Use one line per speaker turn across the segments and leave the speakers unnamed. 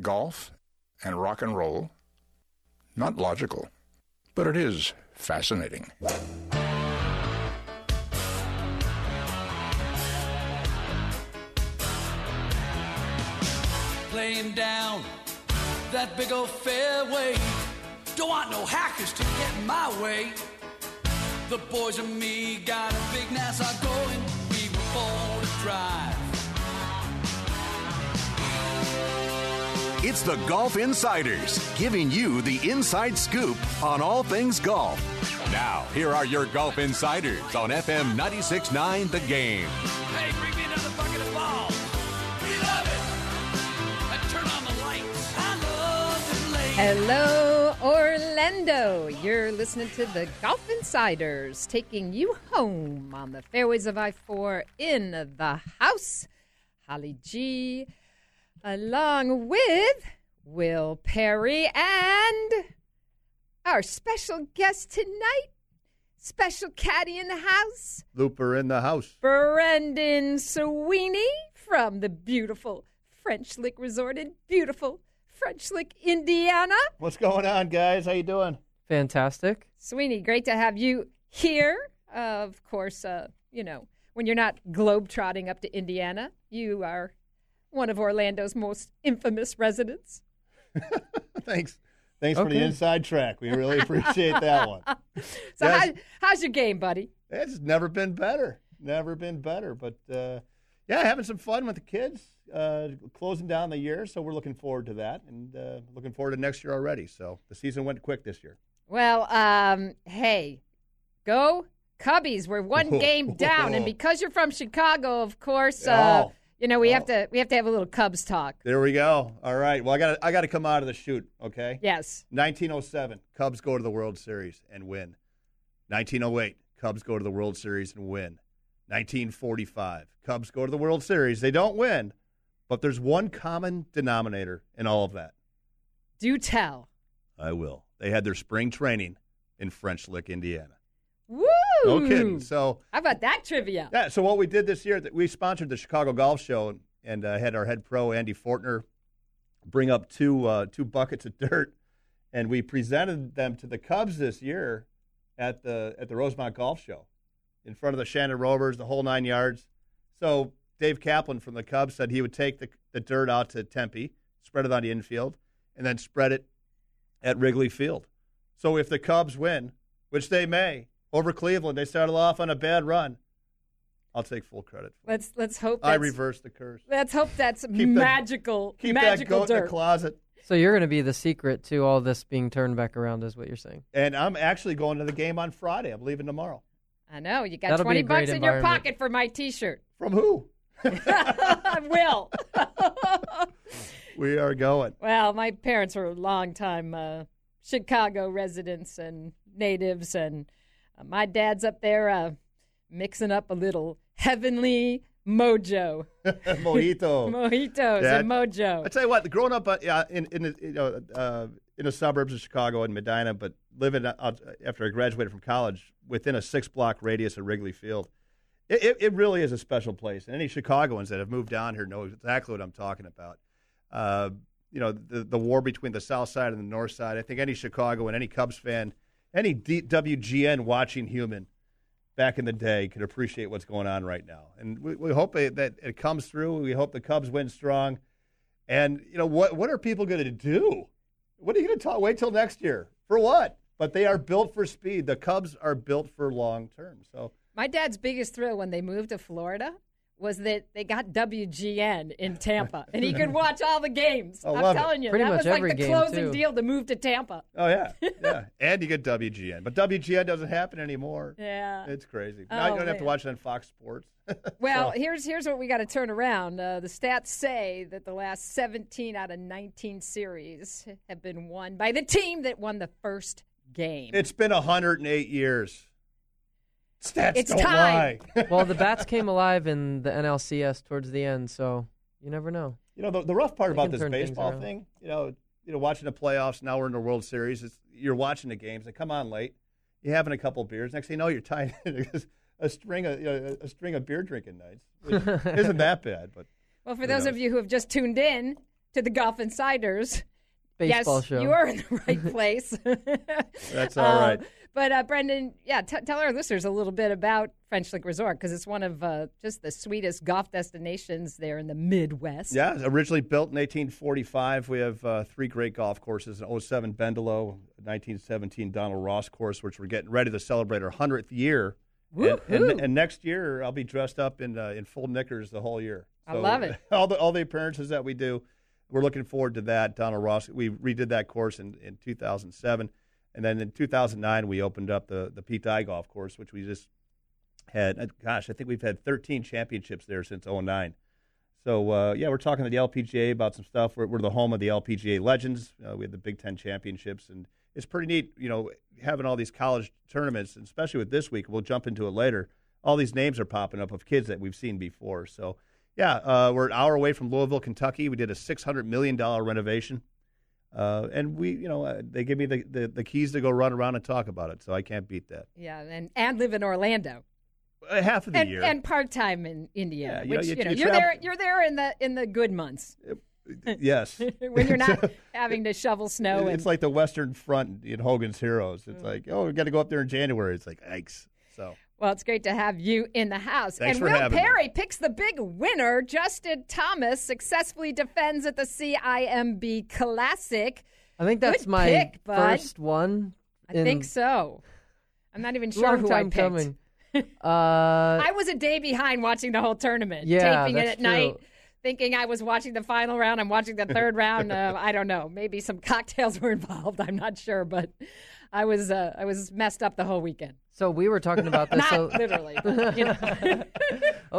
golf, and rock and roll. Not logical, but it is fascinating.
playing down that big old fairway. Don't want no hackers to get in my way. The boys and me got a big NASA going. We were born to drive.
It's the Golf Insiders giving you the inside scoop on all things golf. Now, here are your Golf Insiders on FM 96.9 The Game.
Hey, bring me another bucket of balls. We love it. And turn on the lights. I love it late.
Hello, Orlando. You're listening to the Golf Insiders taking you home on the fairways of I 4 in the house. Holly G, along with Will Perry and our special guest tonight, special caddy in the house,
Looper in the house.
Brendan Sweeney from the beautiful French Lick Resort in beautiful French Lick, Indiana.
What's going on, guys? How you doing?
Fantastic.
Sweeney, great to have you here. of course, uh, you know, when you're not globetrotting up to Indiana, you are one of Orlando's most infamous residents.
Thanks. Thanks for the
Okay.
inside track. We really appreciate that one.
So,
Yes.
how, how's your game, buddy?
It's never been better. Never been better. But uh, yeah, having some fun with the kids. Uh, closing down the year, so we're looking forward to that, and uh, looking forward to next year already. So the season went quick this year.
Well, um, hey, go Cubbies. We're one game down, and because you're from Chicago, of course, uh,
Oh.
you know we have
Oh.
to we have to have a little Cubs talk.
There we go. All right. Well, I got I got to come out of the shoot. Okay.
Yes.
1907, Cubs go to the World Series and win. 1908, Cubs go to the World Series and win. 1945, Cubs go to the World Series. They don't win, but there's one common denominator in all of that.
Do tell.
I will. They had their spring training in French Lick, Indiana.
Woo!
No kidding. So
How about that trivia?
yeah, so what we did this year, that we sponsored the Chicago Golf Show and, and uh, had our head pro Andy Fortner bring up two uh, two buckets of dirt, and we presented them to the Cubs this year at the at the Rosemont Golf Show, in front of the Shannon Rovers, the whole nine yards. So Dave Kaplan from the Cubs said he would take the the dirt out to Tempe, spread it on the infield, and then spread it at Wrigley Field. So if the Cubs win, which they may, over Cleveland, they started off on a bad run. I'll take full credit. For it.
Let's let's hope.
I
that's-
reversed the curse.
Let's hope that's
that-
magical,
Keep that
magical
goat in the
dirt.
closet.
So you're going to be the secret to all this being turned back around, is what you're saying.
And I'm actually going to the game on Friday. I'm leaving tomorrow.
I know you got
That'll
twenty
be a great
bucks in your
environment.
pocket for my T-shirt.
From who?
I will.
We are going.
well, my parents were longtime uh, Chicago residents and natives, and uh, my dad's up there uh, mixing up a little heavenly mojo,
Mojito.
mojitos
That-
and mojo.
I tell you what, growing up uh, yeah, in in the, you know, uh, in the suburbs of Chicago and Medina, but living out, after I graduated from college within a six block radius of Wrigley Field, it, it, it really is a special place. And any Chicagoans that have moved down here know exactly what I'm talking about. Uh, you know, the the war between the South Side and the North Side. I think any Chicago and any Cubs fan, any D- WGN watching human back in the day could appreciate what's going on right now. And we, we hope it, that it comes through. We hope the Cubs win strong. And you know what? What are people going to do? What are you going to talk? Wait till next year for what? But they are built for speed. The Cubs are built for long term. So
My dad's biggest thrill when they moved to Florida was that they got WGN in Tampa, and he could watch all the games.
I
I'm
love it.
telling you,
Pretty
that
much
was like
every
the
game,
closing
too.
deal to move to Tampa.
oh yeah, yeah. and you get WGN, but WGN doesn't happen anymore.
Yeah.
It's crazy. now you
Oh,
don't have to
man.
watch it on Fox Sports.
Well, here's here's what we got to turn around. Uh, the stats say that the last 17 out of 19 series have been won by the team that won the first game.
it's been 108 years. Stats
It's
don't
time.
lie.
Well, the bats came alive in the NLCS towards the end, so you never know.
You know, the, the rough part
They
about
can
this
turn things
baseball
around.
thing, you know, you know, watching the playoffs, now we're in the World Series, it's, you're watching the games, they come on late, you're having a couple beers, next thing you know, you're tied a string of you know, a string of beer drinking nights. Which isn't that bad, but
well, for those of you who have just tuned in, to the Golf Insiders.
Baseball
yes,
show.
you are in the right place.
That's
Um,
all right.
But uh, Brendan, yeah, t- tell our listeners a little bit about French Lick Resort because it's one of uh, just the sweetest golf destinations there in the Midwest.
Yeah, it's originally built in 1845. We have uh, three great golf courses: an 07 Bendelo, 1917 Donald Ross course, which we're getting ready to celebrate our 100th year. And, and,
Woo-hoo.
and next year, I'll be dressed up in uh, in full knickers the whole year.
I love it.
All the all the appearances that we do, we're looking forward to that. Donald Ross, we redid that course in, in 2007, and then in 2009 we opened up the the Pete Dye golf course, which we just had. uh, Gosh, I think we've had 13 championships there since 09. So uh, yeah, we're talking to the LPGA about some stuff. We're, we're the home of the LPGA legends. Uh, we had the Big Ten championships, and it's pretty neat. You know, having all these college tournaments, and especially with this week, we'll jump into it later. All these names are popping up of kids that we've seen before. So yeah, uh, we're an hour away from Louisville, Kentucky. We did a six hundred million dollar renovation, uh, and we, you know, uh, they give me the, the the keys to go run around and talk about it. So I can't beat that.
Yeah, and, and live in Orlando.
Uh, Half of the
and,
year.
and part time in Indiana,
Yeah, you know,
which
you-
you, know
you
you are
travel-
there you're there in the in the good months
yes.
when you're not having to shovel snow Oh,
It-
and Mm.
It's like the Western Front in Hogan's Heroes. It's like, oh, we got to go up there in January. It's like, yikes. So
Well, it's great to have you in the house.
Thanks
and
for
Will
having me.
Perry picks the big winner. Justin Thomas successfully defends at the CIMB Classic.
I think that's
Good
my
pick, bud.
first one.
I
in
think so. I'm not even sure
Long
who I
time
picked.
coming. Uh,
I was a day behind watching the whole tournament,
Yeah,
taping it
that's
at night,
true.
thinking I was watching the final round. I'm watching the third round. Uh, I don't know. Maybe some cocktails were involved. I'm not sure, but I was uh, I was messed up the whole weekend.
so we were talking about this.
Not
so,
literally. But, you know.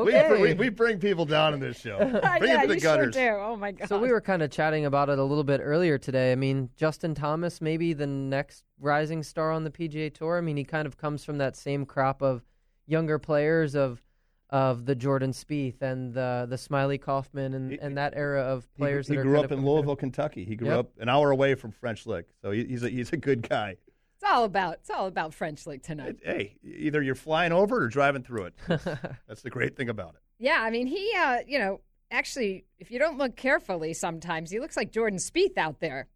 we,
okay.
we, we bring people down in this show. Bring
yeah,
it to the
you
gutters.
sure do. Oh my god.
So we were kind of chatting about it a little bit earlier today. I mean, Justin Thomas, maybe the next rising star on the PGA Tour. I mean, he kind of comes from that same crop of younger players of of the Jordan Spieth and the the Smiley Kaufman and, and that era of
He,
players
he
that are
grew
kind
up
of
in
competitive.
Louisville, Kentucky. He grew
Yep.
up an hour away from French Lick, so he, he's a, he's a good guy.
It's all about it's all about French League tonight.
It- hey, either you're flying over or driving through it. That's, that's the great thing about it.
Yeah, I mean he, uh, you know, actually, if you don't look carefully, sometimes he looks like Jordan Spieth out there.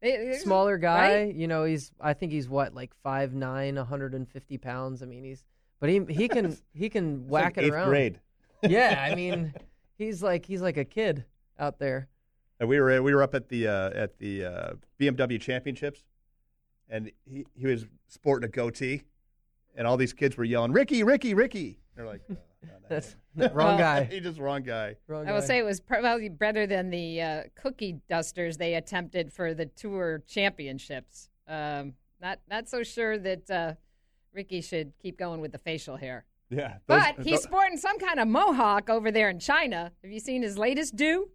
It- it's-
Smaller guy,
right?
you know, he's I think he's what like 5'9", 150 pounds. I mean, he's but he he can he can
It's like
whack it
eighth
around.
grade.
Yeah, I mean, he's like he's like a kid out there.
And Uh, we were we were up at the uh, at the uh, BMW championships, and he, he was sporting a goatee, and all these kids were yelling, "Ricky, Ricky, Ricky!" They're like, uh, no, no,
That's wrong guy.
he just wrong guy.
Wrong
I will
guy.
say it was probably better than the uh, cookie dusters they attempted for the tour championships. Um, not not so sure that uh, Ricky should keep going with the facial hair,
Yeah,
but he's sporting some kind of mohawk over there in China. Have you seen his latest do?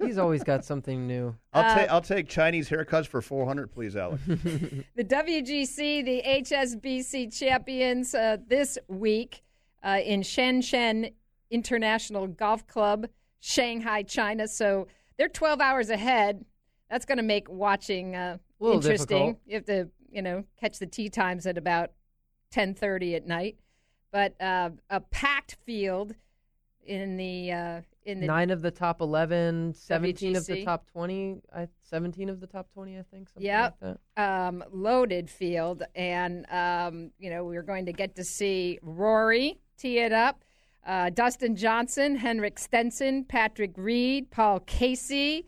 He's always got something new.
I'll, ta- I'll take Chinese haircuts for four hundred, please, Alex.
the WGC, the HSBC champions uh, this week uh, in Shenzhen International Golf Club, Shanghai, China. So they're 12 hours ahead. That's going to make watching uh,
Little
interesting.
difficult.
You have to, you know, catch the tea times at about 10:30 at night. But uh, a packed field in the uh, in the
Nine of the top 11, 17 of the
WGC.
top 20, I, 17 of the top 20, I think. Something
Yep.
like that.
um, loaded field, and um, you know we're going to get to see Rory tee it up, uh, Dustin Johnson, Henrik Stenson, Patrick Reed, Paul Casey,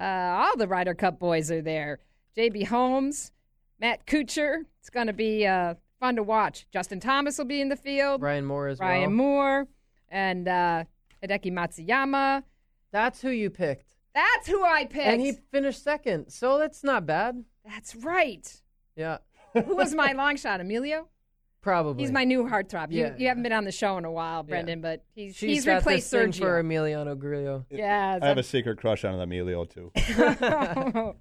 uh, all the Ryder Cup boys are there. J.B. Holmes, Matt Kuchar. It's going to be uh, fun to watch. Justin Thomas will be in the field.
Ryan Moore as well.
Ryan Moore and uh, Hideki Matsuyama.
That's who you picked.
That's who I picked.
And he finished second, so that's not bad.
That's right.
Yeah,
Who was my long shot? Emilio.
probably.
He's my new heartthrob. You,
Yeah,
you haven't been on the show in a while, Brendan, but he's
She's
he's
got
replaced
this thing
Sergio.
for Emiliano Grillo.
yeah.
I have a secret crush on Emilio too, but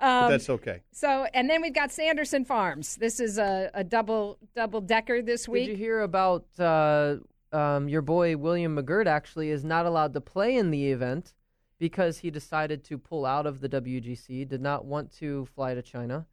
um,
that's okay.
so, and then we've got Sanderson Farms. This is a, a double double decker this
Did
week.
you hear about uh, um, your boy William McGirt? Actually, is not allowed to play in the event because he decided to pull out of the WGC. Did not want to fly to China.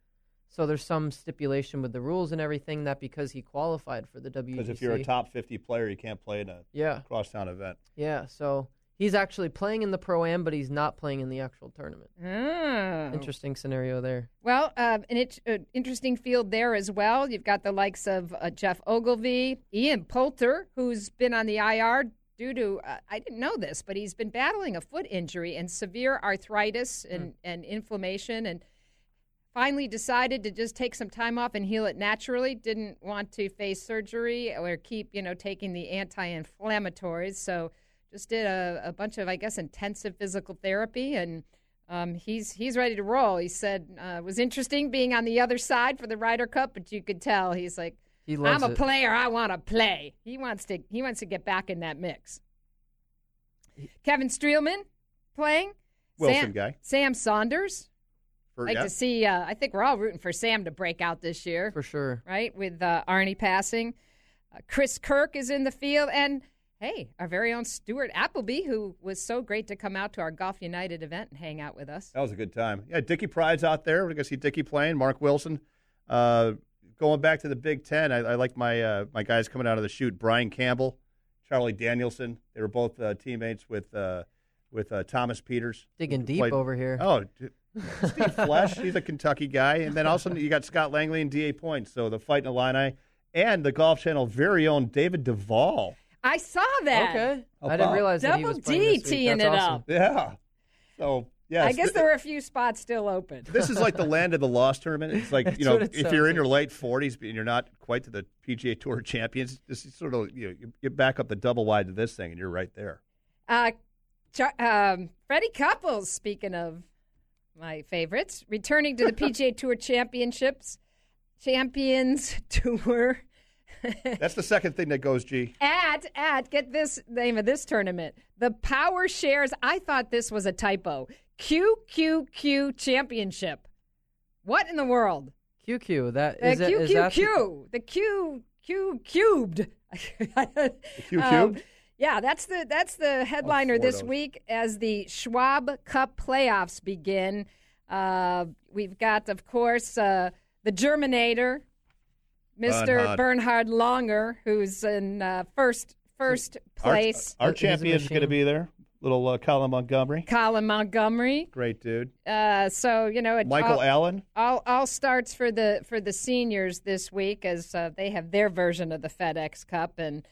So there's some stipulation with the rules and everything that because he qualified for the WGC.
Because if you're a top fifty player, you can't play in a
yeah,
crosstown event.
yeah. So He's actually playing in the pro am, but he's not playing in the actual tournament.
Oh.
Interesting scenario there.
Ah. Well, uh, an it, uh, interesting field there as well. You've got the likes of uh, Jeff Ogilvy, Ian Poulter, who's been on the IR due to, uh, I didn't know this, but he's been battling a foot injury and severe arthritis and,
Hmm.
and inflammation and finally decided to just take some time off and heal it naturally. Didn't want to face surgery or keep, you know, taking the anti inflammatories. So just did a, a bunch of, I guess, intensive physical therapy and. Um, he's he's ready to roll. He said uh, it was interesting being on the other side for the Ryder Cup, but you could tell he's like,
He
I'm
loves
a
it.
player. I want to play. He wants to he wants to get back in that mix. Kevin Streelman playing
Wilson
Sam,
guy.
Sam Saunders.
For-
like
yeah.
to see. Uh, I think we're all rooting for Sam to break out this year,
For sure.
right? With uh, Arnie passing, uh, Chris Kirk is in the field, and hey, our very own Stuart Appleby, who was so great to come out to our Golf United event and hang out with us.
Oh.
That was a good time. Yeah, Dickie Pride's out there. We're going to see Dickie playing. Mark Wilson. Uh, going back to the Big Ten, I, I like my uh, my guys coming out of the shoot. Brian Campbell, Charlie Danielson. They were both uh, teammates with uh, with uh, Thomas Peters.
Digging deep
Played-
over here.
Oh, d- Steve Flesh. He's a Kentucky guy. And then also you got Scott Langley and D.A. Points. So the fight in Illini. And the Golf Channel very own David Duvall.
I saw that.
Okay.
How
I didn't
about-
realize that he
Double
was playing this
D
week.
teeing
That's
it
awesome.
up.
Yeah. So, yes.
I guess
th-
there were a few spots still open.
this is like the land of the lost tournament. It's like you
That's
know,
what it
if
sounds
you're in your late 40s but you're not quite to the PGA Tour champions, this is sort of you, know, you- you back up the double wide to this thing, and you're right there.
Uh, Ch- um, Freddie Couples, speaking of my favorites, returning to the PGA Tour Championships, Champions Tour
That's the second thing that goes. G.
at at get this name of this tournament, the Power Shares. I thought this was a typo. QQQ Championship. What in the world?
QQ. That
The
is it. is that the-
QQQ. The Q Q cubed.
Q
Um,
cubed?
yeah, that's the that's the headliner
four of
this
those.
week as the Schwab Cup playoffs begin. Uh, we've got, of course, uh, the Germinator, Mr.
Bernhard.
Bernhard Longer, who's in uh, first first
Our-
place.
Our,
He's a
champion's
machine.
going to be there. Little uh, Colin Montgomery,
Colin Montgomery.
great dude.
Uh, so you know, it-
Michael
all-
Allen.
all all starts for the for the seniors this week as uh, they have their version of the FedEx Cup and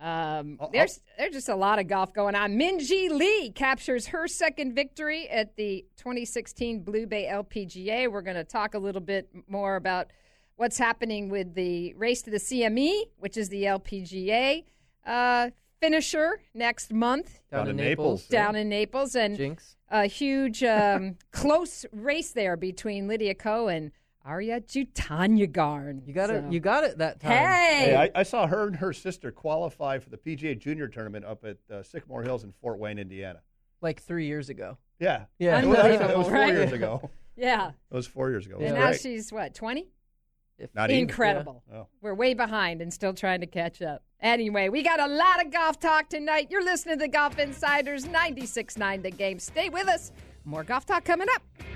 um, there's there's just a lot of golf going on. Minji Lee captures her second victory at the 2016 Blue Bay LPGA. We're going to talk a little bit more about what's happening with the race to the CME, which is the LPGA uh, finisher next month
Down, in Naples.
down in Naples and
Jinx.
a huge um, close race there between Lydia Ko and Arya Jutanyagarn.
You got it.
So-
You got it that time.
Hey,
Hey,
I, I saw her and her sister qualify for the PGA Junior Tournament up at uh, Sycamore Hills in Fort Wayne, Indiana.
Like three years ago.
Yeah,
Yeah.
It was, actually-
Unbelievable,
it was four
right?
years ago.
yeah.
It was four years ago. It was
And now
great.
she's what twenty?
If-
Not even.
Incredible.
Yeah. Oh.
We're way behind and still trying to catch up. Anyway, we got a lot of golf talk tonight. You're listening to the Golf Insiders 96.9 The Game. Stay with us. More golf talk coming up.